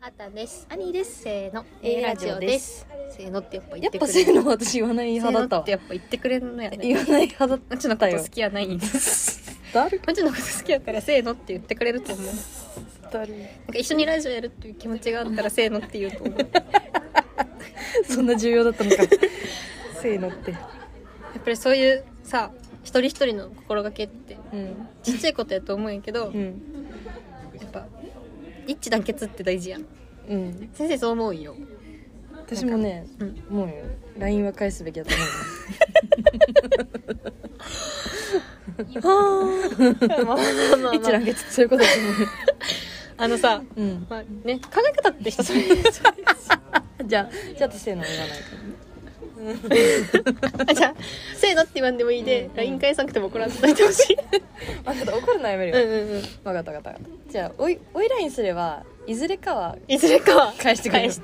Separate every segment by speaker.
Speaker 1: あたです。アニーです。せーの。
Speaker 2: A ラジオです。
Speaker 1: せーのってやっぱ言
Speaker 2: や
Speaker 1: っ
Speaker 2: ってぱ
Speaker 1: く
Speaker 2: そう
Speaker 1: れ
Speaker 2: い
Speaker 1: る。
Speaker 2: うの私言わない派だった
Speaker 1: せーの
Speaker 2: わ
Speaker 1: ってやっぱ言ってくれるのやね。
Speaker 2: 言わない派だっ
Speaker 1: マチのこと好きやないん です。
Speaker 2: ただる
Speaker 1: マチのこと好きやからせーのって言ってくれると思う。
Speaker 2: だる
Speaker 1: なんか一緒にラジオやるっていう気持ちがあったらせーのって言うと思う。
Speaker 2: そんな重要だったのかせーのって
Speaker 1: やっぱりそういうさ一人一人の心がけって
Speaker 2: うん
Speaker 1: ちっちゃいことやと思うんやけど、
Speaker 2: う
Speaker 1: や
Speaker 2: ん
Speaker 1: っぱ一致団結って大事やん
Speaker 2: うん
Speaker 1: 先生そう思うよ、
Speaker 2: 私もね
Speaker 1: うん、
Speaker 2: もうよ LINE は返すべきだと思うよ一覧月そういうことだと思うよ
Speaker 1: あのさ、
Speaker 2: うん
Speaker 1: まあね、考え方って人それぞ
Speaker 2: じゃあじゃあ私せーの言わないからね
Speaker 1: れじゃあ「 せーの」って言わんでもいいで、
Speaker 2: うん
Speaker 1: LINE 返さなくても怒らんといてほしい
Speaker 2: 分かった怒るのやめ
Speaker 1: う
Speaker 2: る
Speaker 1: ん
Speaker 2: よ
Speaker 1: うんうん
Speaker 2: 分かった分かったわかったじゃあおいおい LINE すればいずれかはい
Speaker 1: ずれかは
Speaker 2: 返してくれる
Speaker 1: 返し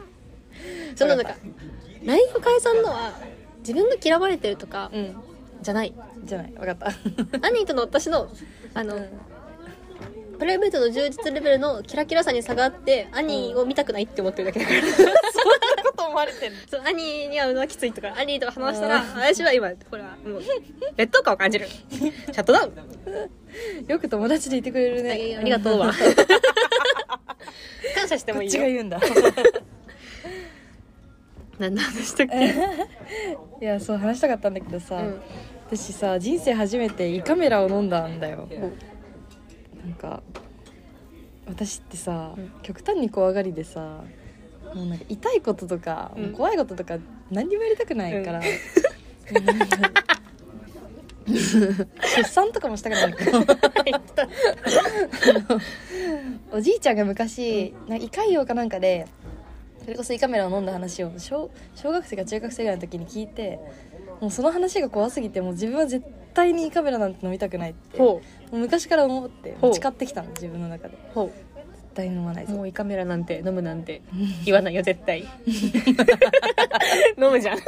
Speaker 1: そのなんか LINE を返さんのは自分が嫌われてるとか
Speaker 2: うん
Speaker 1: じゃない、
Speaker 2: じゃない分かった
Speaker 1: 兄との私のあの、プライベートの充実レベルのキラキラさに差があって兄を見たくないって思ってるだけだから、
Speaker 2: こと思われてる
Speaker 1: そう兄に会うのはきついとか兄と話したら
Speaker 2: うん
Speaker 1: 私は今ほらもう劣等感を感じるシャットダウン、
Speaker 2: よく友達でいてくれるね
Speaker 1: ありがとう わ感謝しても
Speaker 2: こ
Speaker 1: い
Speaker 2: っ
Speaker 1: い
Speaker 2: ち
Speaker 1: よ
Speaker 2: が言うんだ
Speaker 1: 何の話したっけ、
Speaker 2: いやそう話したかったんだけどさ、
Speaker 1: うん
Speaker 2: 私さ人生初めて胃カメラを飲んだんだよなんか私ってさ、
Speaker 1: うん
Speaker 2: 極端に怖がりでさもうなんか痛いこととか、
Speaker 1: うん
Speaker 2: もう怖いこととか何にもやりたくないから、なんか 出産とかもしたくないからおじいちゃんが昔なんか胃潰瘍かなんかでそれこそ胃カメラを飲んだ話を小小学生か中学生ぐらいの時に聞いてもうその話が怖すぎてもう自分は絶対に胃カメラなんて飲みたくないっても
Speaker 1: ほ
Speaker 2: う昔から思って
Speaker 1: ほう
Speaker 2: 誓ってきたの自分の中で
Speaker 1: うほ
Speaker 2: 絶対に飲まないうぞ
Speaker 1: もう胃カメラなんて飲むなんて言わないよ絶 対飲むじゃん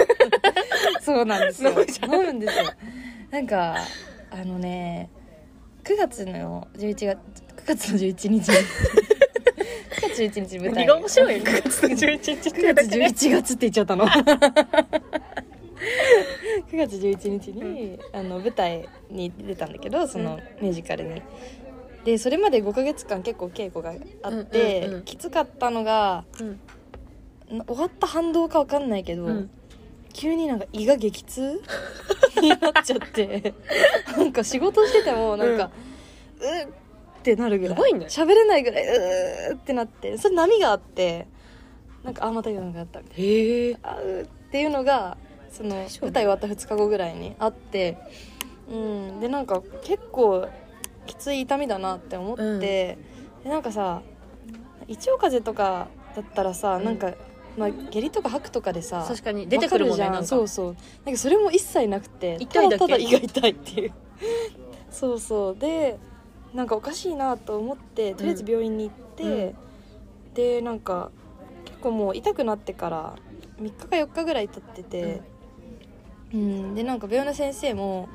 Speaker 2: そうなんですよ
Speaker 1: 飲むじゃん
Speaker 2: 飲むんですよなんかあのね9月の11月9月の11日 9月11日舞
Speaker 1: 何
Speaker 2: 台
Speaker 1: が面白いよ9月11日ってだ
Speaker 2: 9月
Speaker 1: けで
Speaker 2: 11月って言っちゃっ たの9月11日にあの舞台に出たんだけどそのミュージカルにでそれまで5ヶ月間結構稽古があって、
Speaker 1: うんうんうん
Speaker 2: きつかったのが
Speaker 1: うん
Speaker 2: な終わった反動か分かんないけど、
Speaker 1: うん
Speaker 2: 急になんか胃が激痛 になっちゃってなんか仕事しててもなんか、うーってなるぐらい
Speaker 1: やばいね
Speaker 2: 喋れないぐらいうーってなってそれ波があってなんかあまた言うのがあったみたい
Speaker 1: へえ
Speaker 2: なあうーっていうのがその
Speaker 1: 大丈夫
Speaker 2: 舞台終わった2日後ぐらいにあってうんでなんか結構きつい痛みだなって思って、
Speaker 1: うん
Speaker 2: でなんかさ胃腸風邪とかだったらさ、
Speaker 1: うん
Speaker 2: なんか、まあ、下痢とか吐くとかでさ
Speaker 1: 確かに出てくるもんね
Speaker 2: わか
Speaker 1: なんか
Speaker 2: そうそうなんかそれも一切なくて
Speaker 1: 痛いだけ
Speaker 2: ただただ胃が痛いっていう そうそうでなんかおかしいなと思ってとりあえず病院に行って、でなんか結構もう痛くなってから3日か4日ぐらい経ってて、うん、でなんか病院の先生も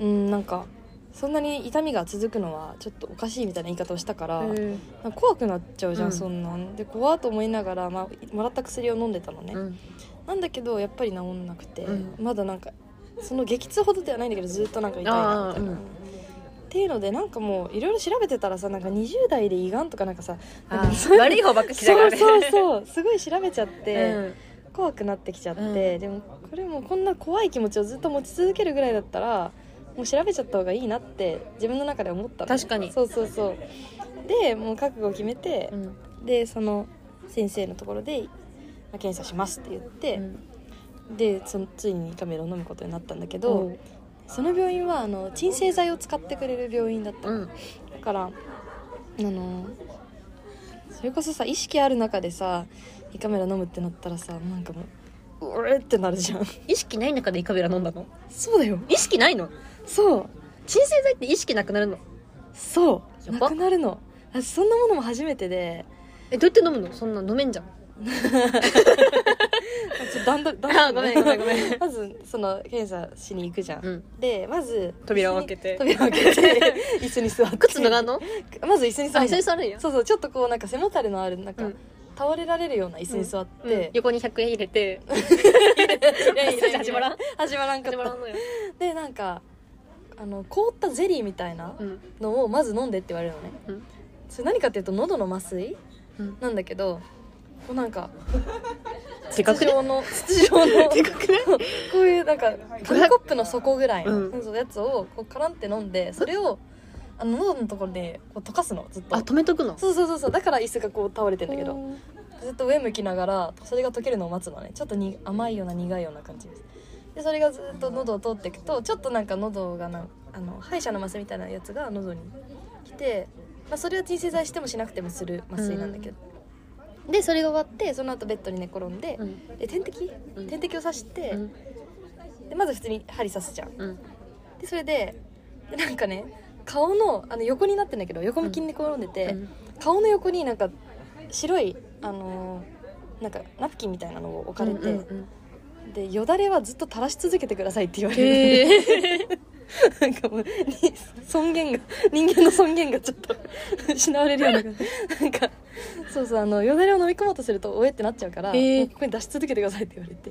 Speaker 2: うんなんかそんなに痛みが続くのはちょっとおかしいみたいな言い方をしたから、
Speaker 1: うん
Speaker 2: なんか怖くなっちゃうじゃん、
Speaker 1: うん
Speaker 2: そんなんで怖っと思いながら、まあ、もらった薬を飲んでたのね、
Speaker 1: うん
Speaker 2: なんだけどやっぱり治んなくて、
Speaker 1: う
Speaker 2: まだなんかその激痛ほどではないんだけどずっとなんか痛いなみたいな、
Speaker 1: あーうん
Speaker 2: っていうのでなんかもういろいろ調べてたらさなんか20代で胃がんとかなんかさ
Speaker 1: あー 悪い方ばっか来たか
Speaker 2: そ
Speaker 1: ら
Speaker 2: う
Speaker 1: ね
Speaker 2: そうそうすごい調べちゃっ
Speaker 1: う
Speaker 2: て、
Speaker 1: ん
Speaker 2: 怖くなってきちゃって、
Speaker 1: うん
Speaker 2: でもこれもうこんな怖い気持ちをずっと持ち続けるぐらいだったらもう調べちゃった方がいいなって自分の中で思ったの
Speaker 1: 確かに
Speaker 2: そうそうそうでもう覚悟を決めて
Speaker 1: う、ん
Speaker 2: でその先生のところでまあ検査しますって言って、でそのついに胃カメラを飲むことになったんだけど、
Speaker 1: うん
Speaker 2: その病院はあの鎮静剤を使ってくれる病院だったの、
Speaker 1: うん
Speaker 2: だからあのそれこそさ意識ある中でさ胃カメラ飲むってなったらさなんかもううえってなるじゃん
Speaker 1: 意識ない中で胃カメラ飲んだの
Speaker 2: そうだよ
Speaker 1: 意識ないの
Speaker 2: そう
Speaker 1: 鎮静剤って意識なくなるの
Speaker 2: そ
Speaker 1: や
Speaker 2: うな
Speaker 1: ば
Speaker 2: くなるの私そんなものも初めてで
Speaker 1: えどうやって飲むのそんなん飲めんじゃん
Speaker 2: あちょっと段取 り
Speaker 1: あ
Speaker 2: 段
Speaker 1: ごめ
Speaker 2: 取
Speaker 1: ん
Speaker 2: り
Speaker 1: ごめんごめん
Speaker 2: まずその検査しに行くじゃん、
Speaker 1: うん
Speaker 2: でまず
Speaker 1: 扉を開けて
Speaker 2: 扉を開 けて椅子に座って
Speaker 1: 靴脱がんの
Speaker 2: まず椅子に座
Speaker 1: あ
Speaker 2: る
Speaker 1: 一緒に座るんや
Speaker 2: そうそうちょっとこうなんか背もたれのあるなんか、
Speaker 1: うん
Speaker 2: 倒れられるような椅子に座って、
Speaker 1: うん横に100円入れて
Speaker 2: いやいやいやいや
Speaker 1: 始まらん
Speaker 2: 始まらんかっ
Speaker 1: 始まら
Speaker 2: た
Speaker 1: んのよ、
Speaker 2: でなんかあの凍ったゼリーみたいな
Speaker 1: うん
Speaker 2: のをまず飲んでって言われるのね、
Speaker 1: うん
Speaker 2: それ何かっていうと喉の麻酔
Speaker 1: うん、
Speaker 2: なんだけどこうなん か
Speaker 1: でかく
Speaker 2: 筒
Speaker 1: ね
Speaker 2: 状の筒 状の
Speaker 1: でかくね
Speaker 2: こういうなんか紙コップの底ぐらいの、
Speaker 1: うん
Speaker 2: そうやつをこうカランって飲んでそれをあの喉のところでこう溶かすのずっと
Speaker 1: あ止めとくの
Speaker 2: そうそうそうそうだから椅子がこう倒れてんだけど
Speaker 1: うん
Speaker 2: ずっと上向きながらそれが溶けるのを待つのねちょっとに甘いような苦いような感じですでそれがずっと喉を通っていくとちょっとなんか喉がなんあの歯医者の麻酔みたいなやつが喉に来て、まあ、それは鎮静剤してもしなくてもする麻酔なんだけど、でそれが終わってその後ベッドに寝転んで、
Speaker 1: うん
Speaker 2: で点滴
Speaker 1: うん
Speaker 2: 点滴を刺して、
Speaker 1: うん
Speaker 2: でまず普通に針刺すじゃん
Speaker 1: うん
Speaker 2: でそれででなんかね顔のあの横になってんだけど横向きに転んでて、
Speaker 1: うん
Speaker 2: 顔の横になんか白いあのーなんかナプキンみたいなのを置かれて、
Speaker 1: うんうん
Speaker 2: でよだれはずっと垂らし続けてくださいって言われる、
Speaker 1: へえ
Speaker 2: なんかもうに尊厳が人間の尊厳がちょっと失われるよう ななんかそうそうあのよだれを飲み込もうとするとおえってなっちゃうから、
Speaker 1: へえ
Speaker 2: もうここに出し続けてくださいって言われて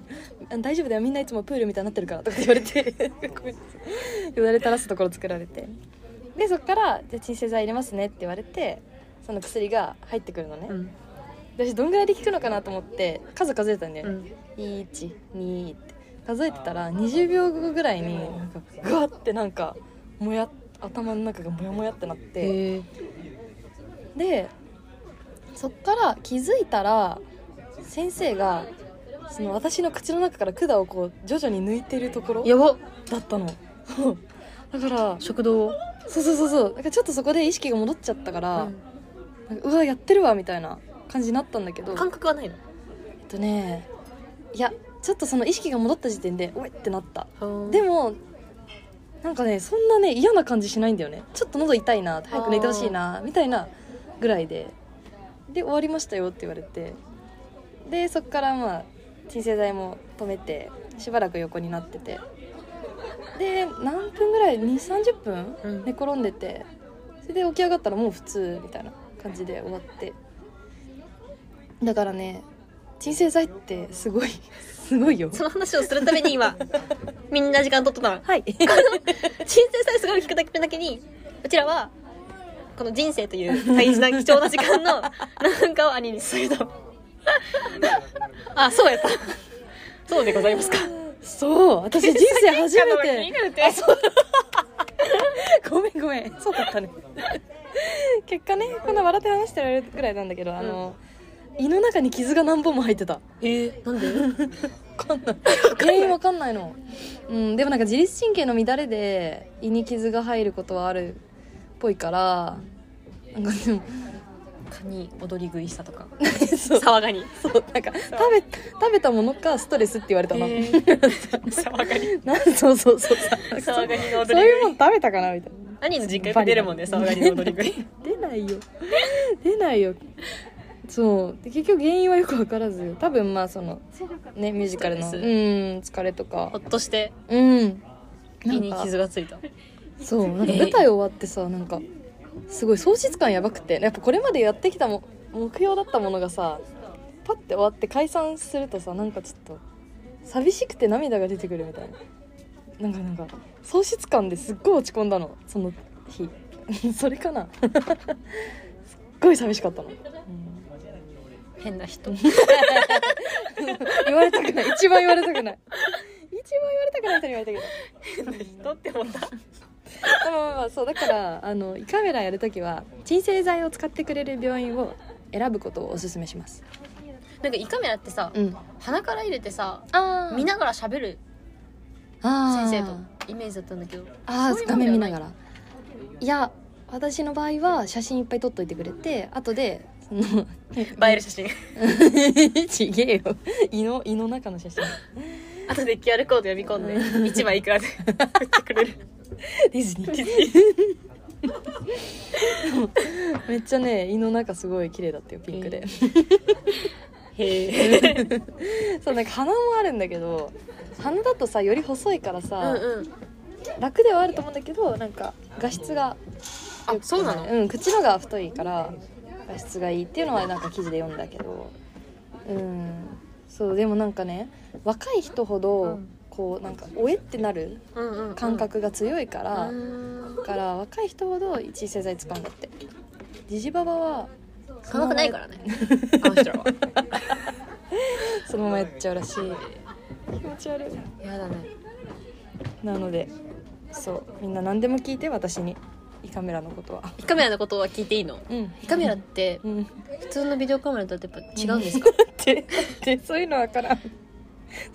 Speaker 2: あ大丈夫だよみんないつもプールみたいになってるからとかって言われて ごめんよだれ垂らすところ作られてでそっからじゃあ鎮静剤入れますねって言われてその薬が入ってくるのね、
Speaker 1: うん
Speaker 2: 私どんぐらいで効くのかなと思って数数えたんだよ
Speaker 1: う
Speaker 2: ね、
Speaker 1: ん
Speaker 2: 12って数えてたら20秒後ぐらいになんかグワってなんかもや頭の中がモヤモヤってなって
Speaker 1: へえ
Speaker 2: でそっから気づいたら先生がその私の口の中から管をこう徐々に抜いてるところ
Speaker 1: やば
Speaker 2: だったの だから
Speaker 1: 食堂
Speaker 2: そうそうそうそうだからちょっとそこで意識が戻っちゃったから、
Speaker 1: うん
Speaker 2: なんかうわやってるわみたいな感じになったんだけど
Speaker 1: 感覚はないの
Speaker 2: えっとねいやちょっとその意識が戻った時点でおいってなったで
Speaker 1: でも
Speaker 2: もなんかねそんなね嫌な感じしないんだよねちょっと喉痛いな早く寝てほしいなみたいなぐらいでで終わりましたよって言われてでそっからまあ鎮静剤も止めてしばらく横になっててで何分ぐらい2 3 0分
Speaker 1: うん
Speaker 2: 寝転んでてそれで起き上がったらもう普通みたいな感じで終わってだからね鎮静剤ってすごい すごいよ
Speaker 1: その話をするために 今みんな時間取っとったの
Speaker 2: はい
Speaker 1: 人生さえすごい聞くだけだけにうちらはこの人生という大事な貴重な時間 のなんかを兄にするとあそうやったそうでございますか
Speaker 2: そう私人生初めて
Speaker 1: あそう
Speaker 2: ごめんごめんそうだったね結果ねこんな笑って話してられるぐらいなんだけどあの、胃の中に傷が何本も入ってた
Speaker 1: えなんで
Speaker 2: わかんない原因わかんないのうんでもなんか自律神経の乱れで胃に傷が入ることはあるっぽいからなんかでも
Speaker 1: カニ踊り食いしたとか
Speaker 2: そう
Speaker 1: 沢ガニ
Speaker 2: そうなんか食べ食べたものかストレスって言われたな、
Speaker 1: 沢ガニ
Speaker 2: なんそうそうそ う
Speaker 1: 沢ガニの踊り
Speaker 2: そういうもん食べたかなみたいな
Speaker 1: 兄の実家よく出るもんね沢ガニ の踊り食い
Speaker 2: 出ないよ出ないよそうで結局原因はよく分からず多分まあそのねミュージカルのう
Speaker 1: ス
Speaker 2: ん
Speaker 1: トレ
Speaker 2: 疲れと
Speaker 1: ほ
Speaker 2: か
Speaker 1: っとして
Speaker 2: うん
Speaker 1: 胃に
Speaker 2: なんか
Speaker 1: 傷がついた
Speaker 2: そうなんか舞台終わってさなんかすごい喪失感やばくてやっぱこれまでやってきたも目標だったものがさパッて終わって解散するとさなんかちょっと寂しくて涙が出てくるみたいななんかなんか喪失感ですっごい落ち込んだのその日 それかなすっごい寂しかったの、うん
Speaker 1: 変な人
Speaker 2: 言われたくない一番言われたくない一番言われたくない人に言われたけど
Speaker 1: 変な人って思った
Speaker 2: まあまあまあそうだからあの胃カメラやるときは鎮静剤を使ってくれる病院を選ぶことをお勧めします
Speaker 1: なんか胃カメラってさ
Speaker 2: うん
Speaker 1: 鼻から入れてさ
Speaker 2: あ
Speaker 1: 見ながら喋る
Speaker 2: あー
Speaker 1: 先生とイメージだったんだけど
Speaker 2: あ
Speaker 1: そうい
Speaker 2: ー
Speaker 1: う
Speaker 2: 画
Speaker 1: もんでは
Speaker 2: 面見
Speaker 1: な
Speaker 2: ないがらいや私の場合は写真いっぱい撮っといてくれて後でその
Speaker 1: 映える写真
Speaker 2: ちげえよ胃の胃の中の写真
Speaker 1: あとで QR コード読み込んで1枚いくら で売ってくれる
Speaker 2: ディズニーめっちゃね胃の中すごい綺麗だったよピンクで、
Speaker 1: へえ
Speaker 2: そうなんか鼻もあるんだけど鼻だとさより細いから
Speaker 1: う
Speaker 2: さ、
Speaker 1: んうん
Speaker 2: 楽ではあると思うんだけどなんか画質が
Speaker 1: あそうなの
Speaker 2: うん口のが太いから画質がいいっていうのはなんか記事で読んだけどうんそうでもなんかね若い人ほど、
Speaker 1: うん
Speaker 2: こうなんかおえってなる
Speaker 1: うんうんうん
Speaker 2: 感覚が強いから、
Speaker 1: うん
Speaker 2: だから若い人ほど一位製剤使うんだってジジババは
Speaker 1: 科学ないからねあの人らは
Speaker 2: そのままやっちゃうらしい気持ち悪い
Speaker 1: やだね
Speaker 2: なのでそうみんな何でも聞いて私に胃カメラのことは
Speaker 1: 胃カメラのことは聞いていいの
Speaker 2: うん
Speaker 1: 胃カメラって
Speaker 2: うんっ
Speaker 1: 普通のビデオカメラとやっぱ違うん ですか
Speaker 2: てでそういうのわからんそ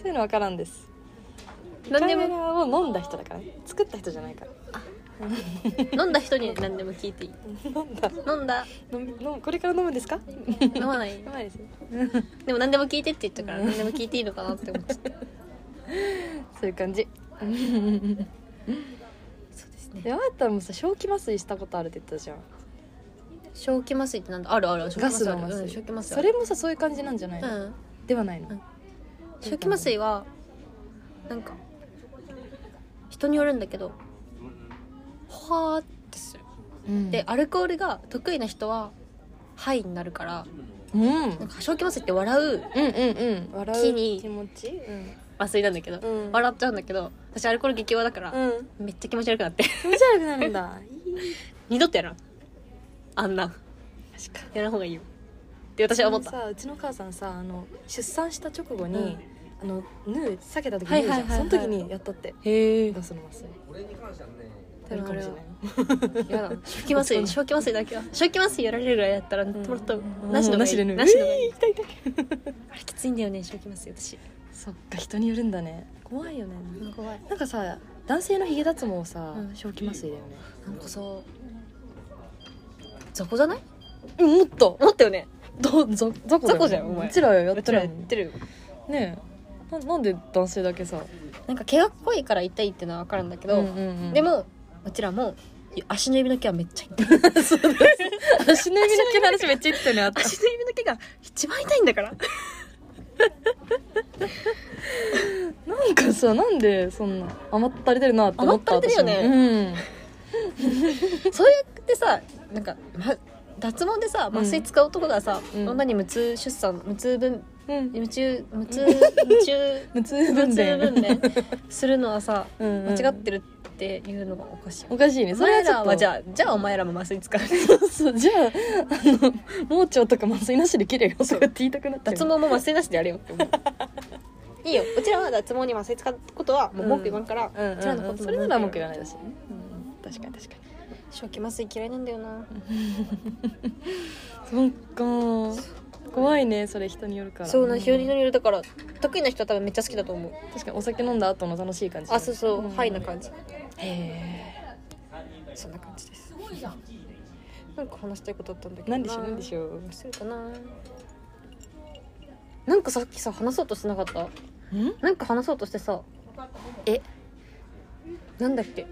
Speaker 2: ういうのわからんです
Speaker 1: 何で
Speaker 2: 胃カメ
Speaker 1: も
Speaker 2: ラを飲んだ人だからね作った人じゃないから
Speaker 1: 飲んだ人に何でも聞いていい
Speaker 2: 飲んだ
Speaker 1: 飲んだ
Speaker 2: 飲み飲むこれから飲むんですか
Speaker 1: 飲まない
Speaker 2: 飲まないです
Speaker 1: でも何でも聞いてって言ったから
Speaker 2: うん
Speaker 1: 何でも聞いていいのかなって思 っちゃった
Speaker 2: そういう感じ
Speaker 1: そうですね
Speaker 2: であなたもさ正気麻酔したことあるって言ったじゃん
Speaker 1: 正気麻酔ってなんだあるある正気
Speaker 2: ガ
Speaker 1: 麻
Speaker 2: ス
Speaker 1: 酔ある
Speaker 2: の麻酔、
Speaker 1: うん正気麻酔あ
Speaker 2: そ
Speaker 1: る
Speaker 2: れもさそういう感じなんじゃないの、
Speaker 1: うん
Speaker 2: ではないの、
Speaker 1: うん正気麻酔はなんか人によるんだけどはーってする
Speaker 2: うん
Speaker 1: でアルコールが得意な人はハイになるから
Speaker 2: うん、うん
Speaker 1: なんか正気麻酔って笑う
Speaker 2: うんうん笑
Speaker 1: 木
Speaker 2: う
Speaker 1: に
Speaker 2: 気持ちうん
Speaker 1: 麻酔なんだけど、
Speaker 2: うん
Speaker 1: 笑っちゃうんだけど私アルコール激弱だから、
Speaker 2: うん
Speaker 1: めっちゃ気持ち悪くなって
Speaker 2: 気持ち悪くなるんだ
Speaker 1: 二度とやらんあんな
Speaker 2: 確かに
Speaker 1: やらんほうがいいよって私は思った
Speaker 2: さうちの母さんさあの出産した直後
Speaker 1: うん
Speaker 2: に、あの縫う避けた時
Speaker 1: は
Speaker 2: に
Speaker 1: いはいはいはい
Speaker 2: その時にやったって
Speaker 1: へえ
Speaker 2: ガスの麻酔
Speaker 1: で
Speaker 2: やる
Speaker 1: もあ
Speaker 2: かも
Speaker 1: れ
Speaker 2: し
Speaker 1: は
Speaker 2: れない
Speaker 1: やだ正気麻 酔正気麻酔だけは正気麻酔やられるぐらいやったら塗ってもらったら
Speaker 2: うん
Speaker 1: なしの方がいい
Speaker 2: なしで縫う
Speaker 1: なしの方がいい
Speaker 2: えー痛い痛い
Speaker 1: あれきついんだよね正気麻酔私
Speaker 2: そっか人によるんだね怖いよね
Speaker 1: 怖い
Speaker 2: なんかさ男性のヒゲ脱毛さ、
Speaker 1: うん
Speaker 2: 正気麻酔だよね
Speaker 1: なんかさ雑魚じゃない
Speaker 2: うんもっと
Speaker 1: 思ったよね
Speaker 2: どぞ雑魚だ
Speaker 1: 雑
Speaker 2: よ
Speaker 1: 魚じゃんお前
Speaker 2: うちらやっ
Speaker 1: うち
Speaker 2: て
Speaker 1: ら
Speaker 2: る
Speaker 1: やってるよ
Speaker 2: ねえななんで男性だけさ
Speaker 1: なんか毛が濃いから痛いってのは分かるんだけど、
Speaker 2: うんうんうん
Speaker 1: でもうちらも足の指の毛はめっちゃ痛い
Speaker 2: 足の指の毛の話めっちゃ言ってたよねあった
Speaker 1: 足の指の毛が一番痛いんだから
Speaker 2: なんかさなんでそんな甘ったれてるなって思った
Speaker 1: 甘ったれてるよね
Speaker 2: 私もうん
Speaker 1: そうやってさなんか、ま、脱毛でさ麻酔使う男がさ、
Speaker 2: うん
Speaker 1: 女に無痛出産無痛分
Speaker 2: うん
Speaker 1: 無痛無 痛無痛
Speaker 2: 無痛
Speaker 1: 無
Speaker 2: 分
Speaker 1: 痛分
Speaker 2: 娩
Speaker 1: 娩するのはさ
Speaker 2: うんうん
Speaker 1: 間違ってるっていうのがおかしい。
Speaker 2: おかしいね
Speaker 1: お
Speaker 2: それ
Speaker 1: 前
Speaker 2: はちょ
Speaker 1: ら
Speaker 2: っ
Speaker 1: は
Speaker 2: と
Speaker 1: じゃあじゃあお前らも麻酔使う
Speaker 2: そうそうじゃああの盲腸とか麻酔なしで切れよとかって言いたくなっちゃ う
Speaker 1: 脱毛も麻酔なしでやれよって思う いいようちらは脱毛に麻酔使うことはもう文句言わんから、
Speaker 2: うんうんうん
Speaker 1: ちらのこと
Speaker 2: それなら文句言わ
Speaker 1: ない
Speaker 2: ないだしね、うん、確かに確かに
Speaker 1: 正気麻酔嫌いなんだよな
Speaker 2: そっか怖いねそれ人によるから
Speaker 1: そうな
Speaker 2: うん
Speaker 1: 人によるだから得意な人は多分めっちゃ好きだと思う
Speaker 2: 確かにお酒飲んだ後の楽しい感じ
Speaker 1: あそうそう、はいな感
Speaker 2: じ
Speaker 1: じ
Speaker 2: へ
Speaker 1: そんな感じですなんか話したいことあったんだけ
Speaker 2: え
Speaker 1: ど
Speaker 2: 何でしょう何でしょう
Speaker 1: するかななんかさっきさ話そうとしてなかった
Speaker 2: ん
Speaker 1: なんか話そうとしてさえなんだっけ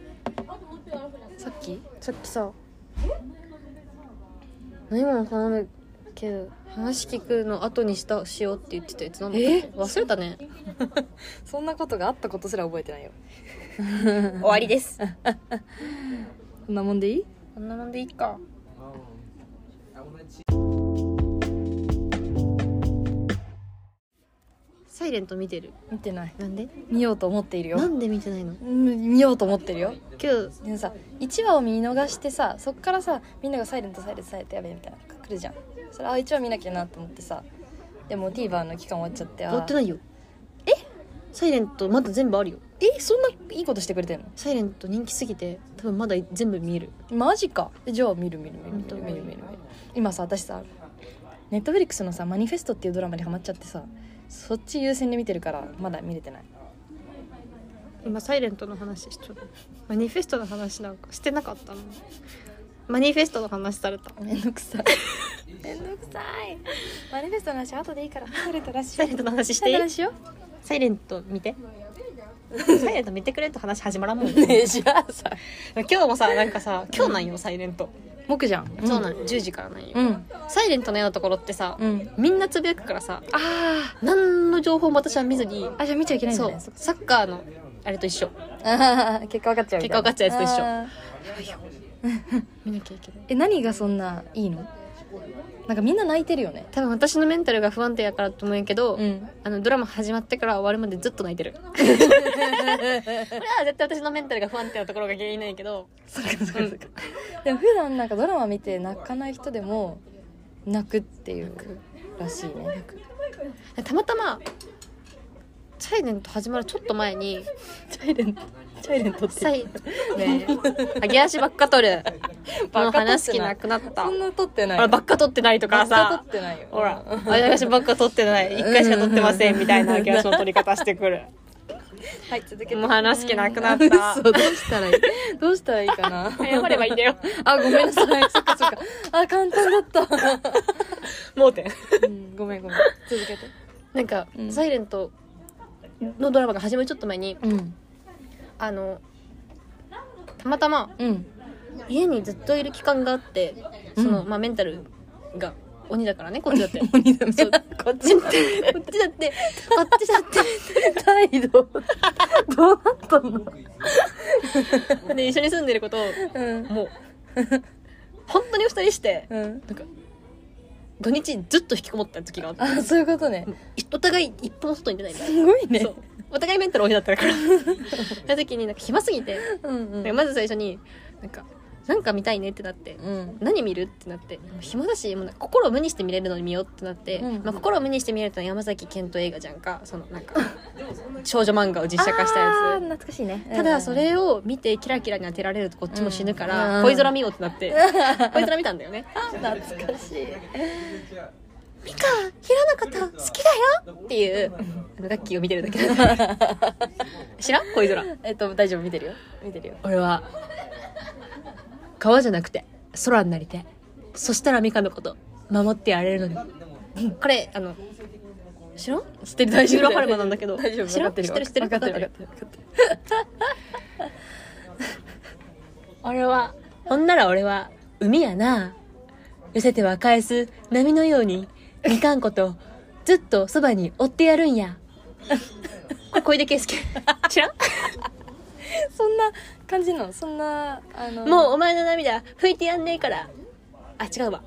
Speaker 2: さっき
Speaker 1: さっきさ何も頼むけど話聞くの後にしたしようって言ってたやつなんだっけ
Speaker 2: え
Speaker 1: 忘れたね
Speaker 2: そんなことがあったことすら覚えてないよ
Speaker 1: 終わりです
Speaker 2: こんなもんでいい
Speaker 1: こんなもんでいいかサイレント見てる
Speaker 2: 見てない
Speaker 1: なんで
Speaker 2: 見ようと思っているよ
Speaker 1: なんで見てないの
Speaker 2: うん見ようと思ってるよ
Speaker 1: 今
Speaker 2: でもさ1話を見逃してさそっからさみんなが「サイレントサイレントサイレントやべえ」みたいなのが来るじゃんそれあ1話見なきゃなと思ってさでも TVer の期間終わっちゃって
Speaker 1: 日終わって
Speaker 2: い
Speaker 1: ないよえサイレントまだ全部あるよ
Speaker 2: えそんないいことしてくれてんの
Speaker 1: サイレント人気すぎて多分まだ全部見える
Speaker 2: マジかえじゃあ見る見る見る見る見る見る見る今さ私さネットフリックスのさ「マニフェスト」っていうドラマにハマっちゃってさそっち優先で見てるからまだ見れてない
Speaker 1: 今サイレントの話しちょっとマニフェストの話なんかしてなかったのマニフェストの話された
Speaker 2: めんどくさいめんどくさい マニフェストの話後でいいからサイレントラッシ
Speaker 1: サイレントの話 していい
Speaker 2: しよ
Speaker 1: サイレント見 てサイレント見てくれと話始まらんもん
Speaker 2: うね
Speaker 1: 今
Speaker 2: えじゃあさ
Speaker 1: 日もさなんかさ今日なんよサイレント、
Speaker 2: 僕じゃん
Speaker 1: そうなん10時からなんよ、
Speaker 2: うん
Speaker 1: サイレントのようなところってさ、
Speaker 2: うん
Speaker 1: みんなつぶやくからさ
Speaker 2: あ
Speaker 1: 何の情報も私は見ずに
Speaker 2: あじゃあ見ちゃいけないんだ
Speaker 1: そ
Speaker 2: ね
Speaker 1: うサッカーのあれと一緒
Speaker 2: あー 結果分かっちゃうみた
Speaker 1: 結果分
Speaker 2: いな
Speaker 1: かっちゃうやつと一緒
Speaker 2: あー
Speaker 1: 見なきゃいけない
Speaker 2: え何がそんないいのなんかみんな泣いてるよね
Speaker 1: 多分私のメンタルが不安定やからと思うんやけど、
Speaker 2: ん
Speaker 1: あのドラマ始まってから終わるまでずっと泣い てるこれは絶対私のメンタルが不安定なところが原因なんやけど
Speaker 2: それか それかでも普段なんかドラマ見て泣かない人でも泣くっていうらしいね
Speaker 1: たまたま「チャイレント」始まるちょっと前に
Speaker 2: チャイレンチャイレントって
Speaker 1: サイねえ揚げ足ばっか取るもう話す気なくなった
Speaker 2: そんな撮ってない
Speaker 1: ほらばっか取ってないとかさ
Speaker 2: 撮ってないよ
Speaker 1: ほら揚げ足ばっか取ってない一回しか取ってませんみたいな揚げ足の取り方してくる
Speaker 2: はい続けて
Speaker 1: もう話す気なくなった
Speaker 2: 嘘どうしたらいいどうしたらいいか な
Speaker 1: 謝ればいいんだよ
Speaker 2: あごめんなさいそっかそっかあ簡単だった、
Speaker 1: 盲点
Speaker 2: うん、ごめんごめん続けて
Speaker 1: なんか「
Speaker 2: うん
Speaker 1: サイレントのドラマが始まるちょっと前に
Speaker 2: うん
Speaker 1: あのたまたま
Speaker 2: うん
Speaker 1: 家にずっといる期間があってその、
Speaker 2: うん
Speaker 1: まあメンタルが 鬼だからねこっちだってこ
Speaker 2: 鬼だね
Speaker 1: そう
Speaker 2: こっ
Speaker 1: っちだってこっちだってこっちだって
Speaker 2: 態度どうなったの
Speaker 1: で一緒に住んでることを
Speaker 2: うん
Speaker 1: もう本当に二人して
Speaker 2: うん
Speaker 1: なんか土日ずっと引きこもった時があって
Speaker 2: あそういうことね
Speaker 1: お互い一歩も外に出ないみたい
Speaker 2: すごい
Speaker 1: な
Speaker 2: ね
Speaker 1: そうお互いメンタル鬼だったからその時になんか暇すぎて
Speaker 2: うん
Speaker 1: な
Speaker 2: う
Speaker 1: んかまず最初になんかなんか見たいねってなって
Speaker 2: うん
Speaker 1: 何見るってなって暇だしもうなんか心を無にして見れるのに見ようってなって、
Speaker 2: うん
Speaker 1: まあ、心を無にして見れるのは山崎賢人映画じゃんかそのなんか少女漫画を実写化した
Speaker 2: あー
Speaker 1: やつ
Speaker 2: 懐かしいね
Speaker 1: ただそれを見てキラキラに当てられるとこっちも死ぬから、
Speaker 2: うん
Speaker 1: 恋空見ようってなって、恋空見たんだよね
Speaker 2: 懐かしい
Speaker 1: ミカ平野のこと好きだよっていうあの楽器を見てるだけだから知らん恋空
Speaker 2: えっと大丈夫見てるよ見てるよ
Speaker 1: 俺は川じゃなくて空になりてそしたらミカのこと守ってやれるのにこれあの知らん知ってる大丈夫ハルマなんだけど
Speaker 2: 大丈夫
Speaker 1: 知らん
Speaker 2: 分
Speaker 1: 知ってる知ってる
Speaker 2: 分かって
Speaker 1: 分
Speaker 2: る
Speaker 1: かって
Speaker 2: 分かってる分かってる
Speaker 1: 俺はほんなら俺は海やな寄せては返す波のようにみかんことずっとそばに追ってやるんやこれ小出圭介知らん
Speaker 2: そんな感じなのそんなあの
Speaker 1: もうお前の涙拭いてやんねえからあ違うわ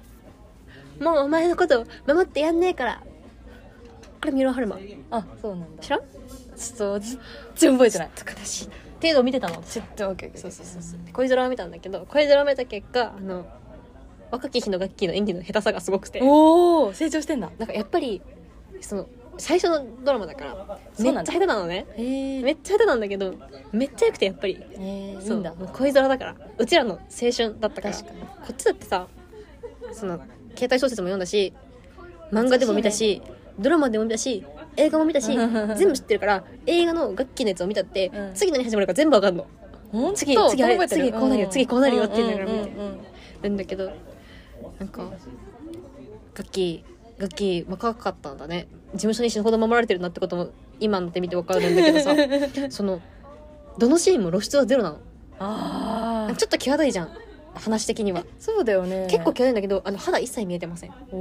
Speaker 1: もうお前のこと守ってやんねえからこれ三浦春馬
Speaker 2: あそうなんだ
Speaker 1: 知らん
Speaker 2: ちょっと全然覚えてない
Speaker 1: 悲しいなっていうのを見てたの
Speaker 2: ちょっと OK
Speaker 1: そ
Speaker 2: そうう
Speaker 1: そ
Speaker 2: そうう
Speaker 1: そそ
Speaker 2: そううそうう
Speaker 1: 恋空を見たんだけど恋空を見た結果あの若き日のガッキーの演技の下手さがすごくて
Speaker 2: おお成長してんだ
Speaker 1: なんかやっぱりその最初のドラマだから
Speaker 2: そ
Speaker 1: めっ
Speaker 2: う
Speaker 1: ち
Speaker 2: な
Speaker 1: ゃ
Speaker 2: ん
Speaker 1: 下
Speaker 2: だ
Speaker 1: 手なのね
Speaker 2: えー
Speaker 1: めっちゃ下手なんだけどめっちゃ良くてやっぱり
Speaker 2: えーいい
Speaker 1: そうん
Speaker 2: だ
Speaker 1: もう恋空だからうちらの青春だったから
Speaker 2: 確かに
Speaker 1: こっちだってさその携帯小説も読んだし漫画でも見たしドラマでも見たし映画も 見たし全部知ってるから映画の楽器のやつを見たって、
Speaker 2: うん
Speaker 1: 次何始まるか全部わかんの
Speaker 2: 本当
Speaker 1: 次次あれ
Speaker 2: 覚えてる
Speaker 1: 次こうなるよ次こうなるよっていうのが
Speaker 2: ん
Speaker 1: 見
Speaker 2: ん
Speaker 1: て
Speaker 2: うんうん
Speaker 1: なんだけどなんか楽器楽器若かったんだね事務所に死ぬほど守られてるなってことも今になってみてわかるんだけど さそのどのシーンも露出はゼロなの
Speaker 2: ああ
Speaker 1: ちょっと際どいじゃん話的には
Speaker 2: そうだよね
Speaker 1: 結構際どいんだけどあの肌一切見えてません
Speaker 2: 構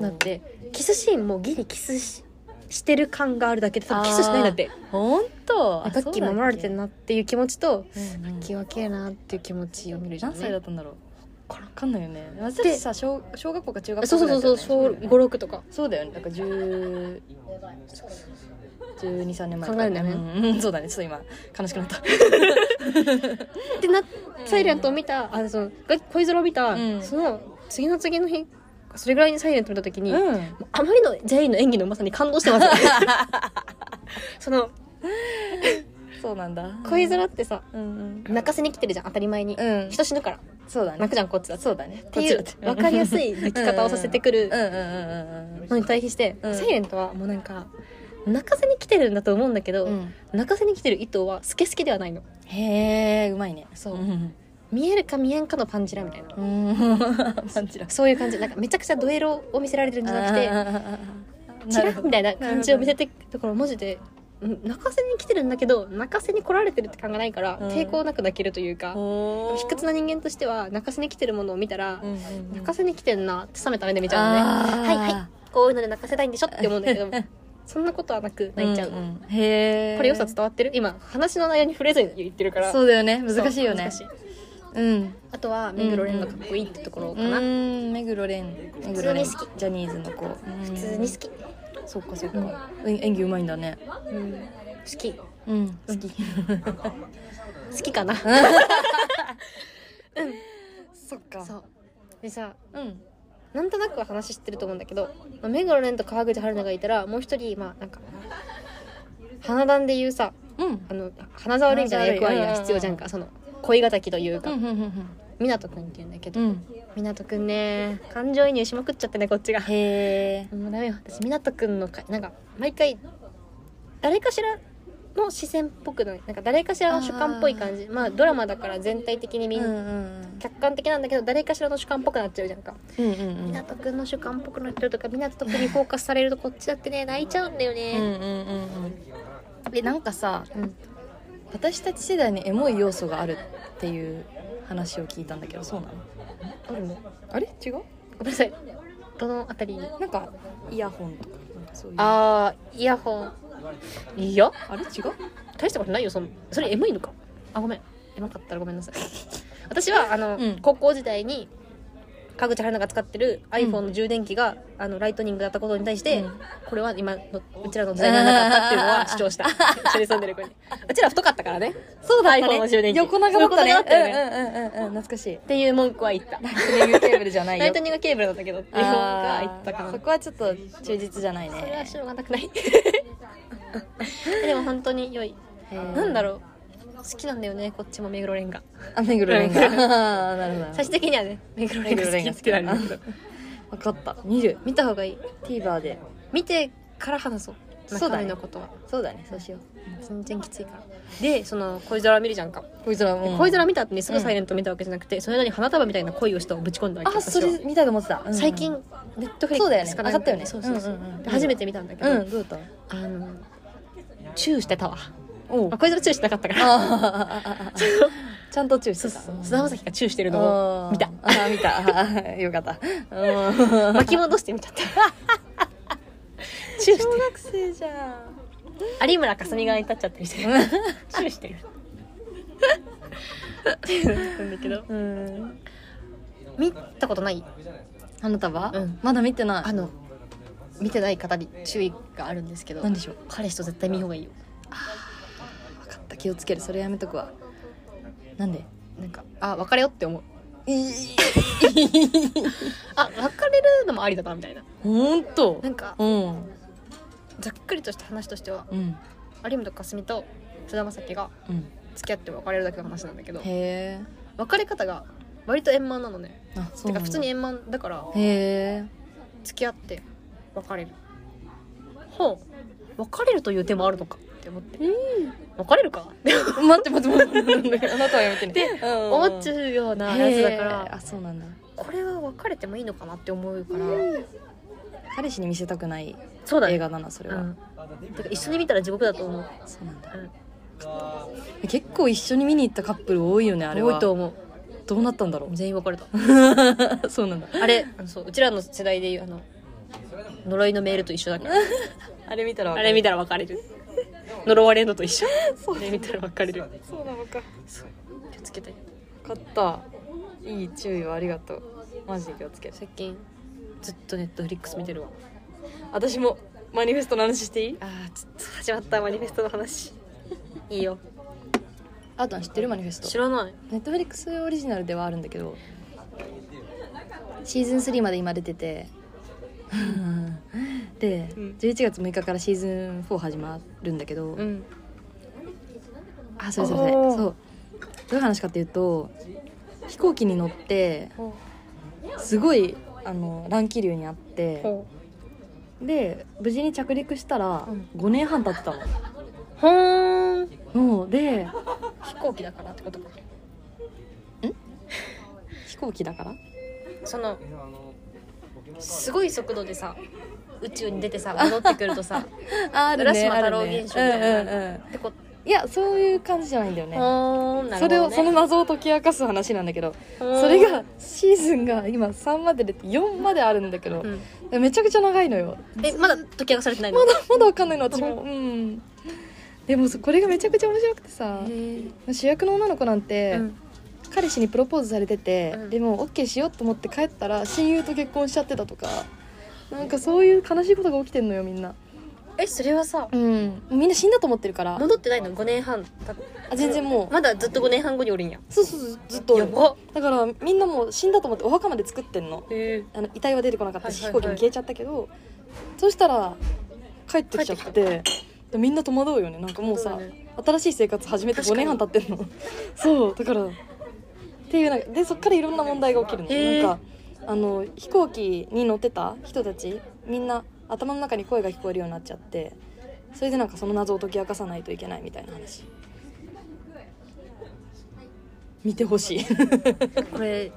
Speaker 1: なんてキスシーンもギリキスししてる感があるだけで多分キスしないんだって
Speaker 2: 本当
Speaker 1: あガッキー守られてんなっていう気持ちと
Speaker 2: うんうん
Speaker 1: ガッキーは綺麗なっていう気持ちを見るじゃん、
Speaker 2: 何
Speaker 1: ね、
Speaker 2: 歳だったんだろう
Speaker 1: わ
Speaker 2: わかんないよね私さ小小学校か中学校
Speaker 1: そう
Speaker 2: ぐ
Speaker 1: そ
Speaker 2: ら
Speaker 1: う
Speaker 2: いだ
Speaker 1: そ
Speaker 2: よ
Speaker 1: う
Speaker 2: ね
Speaker 1: そう56とか
Speaker 2: そうだよねだから1 2 3年前と
Speaker 1: 考
Speaker 2: か
Speaker 1: えるんだよね
Speaker 2: うんうんそうだねちょっと今悲しくなった
Speaker 1: ってなサイレントを見たあそのガッ恋空を見た、
Speaker 2: うん
Speaker 1: その次の次の日それぐらいにサイレント見た時に、もうんあまりの全員の演技のうまさに感動してます その
Speaker 2: そうなんだ
Speaker 1: 恋空ってさ
Speaker 2: うんうん
Speaker 1: 泣かせに来てるじゃん当たり前に、
Speaker 2: うん
Speaker 1: 人死ぬから
Speaker 2: そうだ
Speaker 1: 泣
Speaker 2: ね
Speaker 1: くじゃんこっちだって
Speaker 2: そうだね
Speaker 1: っていう分かりや すい泣き方をさせてく
Speaker 2: うんう
Speaker 1: る
Speaker 2: んうんうん
Speaker 1: のに対比して、
Speaker 2: うん
Speaker 1: サイレントはもうなんか泣かせに来てるんだと思うんだけど、
Speaker 2: うんうん
Speaker 1: 泣かせに来てる意図はスケスケではないの
Speaker 2: へえうまいねそううん
Speaker 1: 見えるか見えんかのパンチラみたいな、
Speaker 2: うん パンチラ
Speaker 1: そういう感じなんかめちゃくちゃドエロを見せられて るんじゃなくて
Speaker 2: て
Speaker 1: チラッみたいな感じを見せてくところマジでうん泣かせに来てるんだけど泣かせに来られてるって感がないから、
Speaker 2: うん
Speaker 1: 抵抗なく泣けるというか、卑屈な人間としては泣かせに来てるものを見たら、泣かせに来てんなって冷めた目で見ちゃうのねはいはいこういうので泣かせたいんでしょって思うんだけどそんなことはなく泣いちゃう、
Speaker 2: んんへえ
Speaker 1: これ良さ伝わってる今話の内容に触れずに言ってるから
Speaker 2: そうだよね
Speaker 1: そう
Speaker 2: 難しいよね
Speaker 1: 難しい
Speaker 2: うん
Speaker 1: あとは目黒蓮がかっこいいってところ
Speaker 2: う
Speaker 1: かな、
Speaker 2: ーん目黒蓮目黒
Speaker 1: 普
Speaker 2: 蓮
Speaker 1: 通に好
Speaker 2: ジャニーズの子
Speaker 1: 普通に好き、
Speaker 2: きそっかそっか、え演技うまいんだね
Speaker 1: うん、好き 好
Speaker 2: うん好き
Speaker 1: きかな、
Speaker 2: そっか
Speaker 1: そうでさ
Speaker 2: うん
Speaker 1: なんとなくは話してると思うんだけど、まあ、目黒蓮と川口春奈がいたらもう一人まあなんか花壇で言うさ
Speaker 2: うん
Speaker 1: あの花沢類みたいな役割が必要じゃんかその恋敵という
Speaker 2: う
Speaker 1: か
Speaker 2: んうんうん
Speaker 1: 湊くんって言うんだけ
Speaker 2: う
Speaker 1: ど
Speaker 2: んうん
Speaker 1: 湊くんね感情移入しまくっちゃってねこっちが
Speaker 2: へえ
Speaker 1: もうダメよ私湊くんのかなんか毎回誰かしらの視線っぽくないなんか誰かしらの主観っぽい感じまあドラマだから全体的にみ
Speaker 2: うん
Speaker 1: ん、
Speaker 2: うん
Speaker 1: 客観的なんだけど誰かしらの主観っぽくなっちゃうじゃんか
Speaker 2: うんうんうん
Speaker 1: 湊くんの主観っぽくなってるとか湊くんにフォーカスされるとこっちだってね泣いちゃうんだよ
Speaker 2: うん
Speaker 1: ね、
Speaker 2: うんうんうんでなんかさ
Speaker 1: うん、
Speaker 2: 私たち世代にエモい要素があるっていう話を聞いたんだけどそうなの
Speaker 1: あるの
Speaker 2: あれ違う
Speaker 1: ごめんなさいどのあたりに
Speaker 2: なんかイヤホンとかなんかそういうあ
Speaker 1: あーイヤホンいや
Speaker 2: あれ違う
Speaker 1: 大したことないよそのそれエモいのかあごめんエモかったらごめんな さい私はあの、
Speaker 2: うん
Speaker 1: 高校時代に川口春奈が使ってる iPhone の充電器が、あのライトニングだったことに対して、
Speaker 2: うん
Speaker 1: これは今のうちらの時代にはなかったっていうのは主張した 一緒に住んでる子にうちら太かったからね
Speaker 2: そうだった
Speaker 1: iPhone の充電
Speaker 2: ね
Speaker 1: 器
Speaker 2: 横長だったね
Speaker 1: 横長だったよね
Speaker 2: うんうんうんうんうん懐かしい
Speaker 1: っていう文句は言った
Speaker 2: ライトニングケーブルじゃないよ
Speaker 1: ライトニングケーブルなんだけどっていう文句は言ったか
Speaker 2: あ
Speaker 1: な
Speaker 2: ーそこはちょっと忠実じゃない
Speaker 1: それは
Speaker 2: ね
Speaker 1: しょうがなくない でも本当に良いなんだ
Speaker 2: ろう
Speaker 1: ろう好きなんだよねこっちも目黒蓮が
Speaker 2: あ目黒蓮があーなるほど
Speaker 1: 最終的にはね目黒蓮が好きってなるんだけど
Speaker 2: 分かった見る
Speaker 1: 見た方がいい
Speaker 2: TVer で
Speaker 1: 見てから話そう
Speaker 2: そう
Speaker 1: 中
Speaker 2: だね
Speaker 1: 身のことは
Speaker 2: そうだねそうしよ
Speaker 1: 全然きついからでその恋空見るじゃんか、
Speaker 2: うこいつらも
Speaker 1: 恋空見た後にすぐサイレント見たわけじゃなくて、その間に花束みたいな恋をしたをぶち込んだわけ
Speaker 2: あそれ見たいと思ってた、うん
Speaker 1: 最近ネットフリ
Speaker 2: そう
Speaker 1: ッ
Speaker 2: だよ
Speaker 1: ク
Speaker 2: ね
Speaker 1: スかなんか
Speaker 2: 上がったよね
Speaker 1: そうそうそう,、
Speaker 2: うんうんうん
Speaker 1: で初めて見たんだけど、
Speaker 2: うんどうだっ
Speaker 1: あのチューしてたわ、
Speaker 2: たおう
Speaker 1: まあ、恋空チューしてなかったから
Speaker 2: あーちゃんと注意して
Speaker 1: そうそ
Speaker 2: た
Speaker 1: う菅田将暉がチューしてるのを見た
Speaker 2: あー見たあーよかったうん
Speaker 1: 巻き戻してみちゃったチューして
Speaker 2: 小学生じゃん
Speaker 1: 有村架純側に立っちゃってるみたいなチューしてるっていうのなんだけど
Speaker 2: うん
Speaker 1: 見たことない
Speaker 2: 花束、
Speaker 1: うん
Speaker 2: まだ見てない
Speaker 1: あの見てない方に注意があるんですけど
Speaker 2: 何でしょう
Speaker 1: 彼氏と絶対見た方がいいよ
Speaker 2: 分かった気をつけるそれやめとくわなんで
Speaker 1: なんかあ別れよって 思う
Speaker 2: い
Speaker 1: あ別れるのもありだなみたいな
Speaker 2: ほんと
Speaker 1: なんか
Speaker 2: うん
Speaker 1: ざっくりとした話としては
Speaker 2: うん
Speaker 1: 有村架純と菅田将暉が
Speaker 2: うん
Speaker 1: 付き合って別れるだけの話なんだけど
Speaker 2: へえ
Speaker 1: 別れ方が割と円満なのね
Speaker 2: あそ
Speaker 1: て
Speaker 2: うなんだ
Speaker 1: か普通に円満だから
Speaker 2: へえ
Speaker 1: 付き合って別れるほう別れるという手もあるのかって思って別れるか って
Speaker 2: 待って待って待って待 ってあなたはやめてね
Speaker 1: で
Speaker 2: うん
Speaker 1: 思っちゃうようなやつだから
Speaker 2: へーあそうなんだ
Speaker 1: これは別れてもいいのかなって思うから
Speaker 2: 彼氏に見せたくない
Speaker 1: そうだね
Speaker 2: 映画だなそれは、
Speaker 1: うんてか一緒に見たら地獄だと思う
Speaker 2: そうなんだ
Speaker 1: うん
Speaker 2: 結構一緒に見に行ったカップル多いよねあれは
Speaker 1: 多いと思う
Speaker 2: どうなったん だろ
Speaker 1: 全員別れた
Speaker 2: う そうなんだ
Speaker 1: あれあのそううちらの世代でいうあの呪いのメールと一緒だから
Speaker 2: あれ見た ら
Speaker 1: あれ見たら別れる呪われるのと一緒 あれ見たら別れる
Speaker 2: そうなのか
Speaker 1: 気をつけて
Speaker 2: 買ったいい注意をありがとうマジで気をつける
Speaker 1: 最近ずっとネットフリックス見てるわ
Speaker 2: 私もマニフェストの話していい
Speaker 1: ああちょっと始まったマニフェストの話いいよ
Speaker 2: あとは知ってるマニフェス
Speaker 1: 知らない
Speaker 2: ネットフリックスオリジナルではあるんだけどシーズン3まで今出てて で、
Speaker 1: うん
Speaker 2: 11月6日からシーズン4始まるんだけど、
Speaker 1: ん
Speaker 2: あそれそれそれ
Speaker 1: おー
Speaker 2: そうどういう話かっていうと飛行機に乗って
Speaker 1: ほ
Speaker 2: すごいあの乱気流にあって
Speaker 1: ほ
Speaker 2: で無事に着陸したら
Speaker 1: うん
Speaker 2: 5年半経ってたの。
Speaker 1: ほーん
Speaker 2: もうで
Speaker 1: 飛行機だからってことか
Speaker 2: 飛行機だから
Speaker 1: そのすごい速度でさ宇宙に出 てさ戻ってくるとさ
Speaker 2: あ
Speaker 1: 浦島太郎現象みたいな、ってこ
Speaker 2: いやそういう感じじゃないんだよ
Speaker 1: と
Speaker 2: ね
Speaker 1: ほーんなる
Speaker 2: そ
Speaker 1: ほ
Speaker 2: れ
Speaker 1: ど、
Speaker 2: を
Speaker 1: ね、
Speaker 2: その謎を解き明かす話なんだけど
Speaker 1: そ
Speaker 2: それがシーズンが今3まで出て4まであるんだけど
Speaker 1: う、ん、
Speaker 2: めちゃくちゃ長いのよ
Speaker 1: えまだ解き明かされてないの
Speaker 2: まだまだわかんないの私もうんでもそこれがめちゃくちゃ面白くてさ
Speaker 1: へー
Speaker 2: 主役の女の子なんて、
Speaker 1: うん
Speaker 2: 彼氏にプロポーズされてて、
Speaker 1: うん
Speaker 2: でも OK しようと思って帰ったら親友と結婚しちゃってたとかなんかそういう悲しいことが起きてんのよみんな
Speaker 1: えそれはさ
Speaker 2: うんみんな死んだと思ってるから
Speaker 1: 戻ってないの5年半経って
Speaker 2: あ全然もう、
Speaker 1: まだずっと5年半後におるんや
Speaker 2: そうそうそうずっとおる
Speaker 1: やば
Speaker 2: だからみんなもう死んだと思ってお墓まで作ってんの
Speaker 1: え
Speaker 2: あの遺体は出てこなかったし、
Speaker 1: はいはいはい
Speaker 2: 飛行機に消えちゃったけどそしたら帰ってきちゃってでみんな戸惑うよねなんかもうさ、
Speaker 1: そうだね
Speaker 2: 新しい生活始めて
Speaker 1: 確
Speaker 2: 5
Speaker 1: かに
Speaker 2: 年半経ってんの そうだからっていうなんかでそっからいろんな問題が起きるの、
Speaker 1: へー
Speaker 2: なんかあの飛行機に乗ってた人たちみんな頭の中に声が聞こえるようになっちゃってそれでなんかその謎を解き明かさないといけないみたいな話見てほ しい
Speaker 1: これ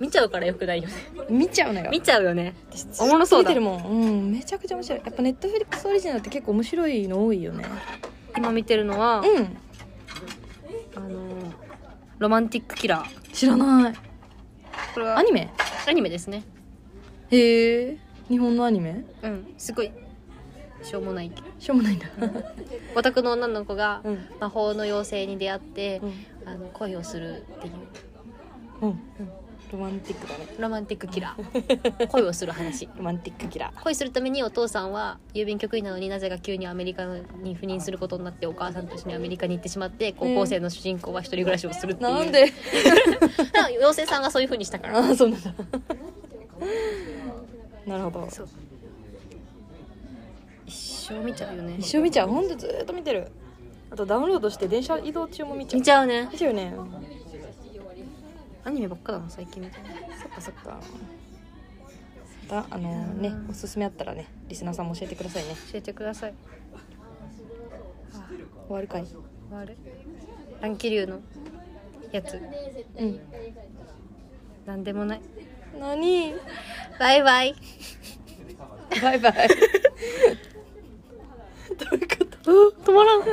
Speaker 1: 見ちゃうからよくないよね
Speaker 2: 見ちゃうのよ
Speaker 1: 見ちゃうよ ね
Speaker 2: おもろそうだ見てるもん、うん、めちゃくちゃ面白いやっぱネットフリックスオリジナルって結構面白いの多いよね
Speaker 1: 今見てるのは
Speaker 2: うん
Speaker 1: あのロマンティックキラー
Speaker 2: 知らない
Speaker 1: これは
Speaker 2: アニメ
Speaker 1: アニメですね
Speaker 2: へえ日本のアニメ
Speaker 1: うんすごいしょうもないけど
Speaker 2: しょうもないんだ
Speaker 1: オタクの女の子が
Speaker 2: うん
Speaker 1: 魔法の妖精に出会って、
Speaker 2: うん、
Speaker 1: あの恋をするっていう
Speaker 2: うん、ロマンティックだね
Speaker 1: ロマンティックキラー恋をする話
Speaker 2: ロマンティックキラー
Speaker 1: 恋するためにお父さんは郵便局員なのになぜか急にアメリカに赴任することになってお母さんと一緒にアメリカに行ってしまって高校生の主人公は一人暮らしをするっていう、
Speaker 2: なん で
Speaker 1: だから妖精さんがそういう風にしたから
Speaker 2: ああそうなんだなるほど
Speaker 1: そう一生見ちゃうよね
Speaker 2: 一生見ちゃうほんとずーっと見てるあとダウンロードして電車移動中も見ちゃう
Speaker 1: 見ちゃうね
Speaker 2: 見ちゃうよね
Speaker 1: アニメばっかだな最近みたいな
Speaker 2: そっかそっかまたあのーねおすすめあったらねリスナーさんも教えてくださいね
Speaker 1: 教えてください
Speaker 2: 終わるかい
Speaker 1: 終わる乱気流のやつ
Speaker 2: うん
Speaker 1: なんでもない
Speaker 2: 何
Speaker 1: バイバイ
Speaker 2: バイバイどういうこと止まらん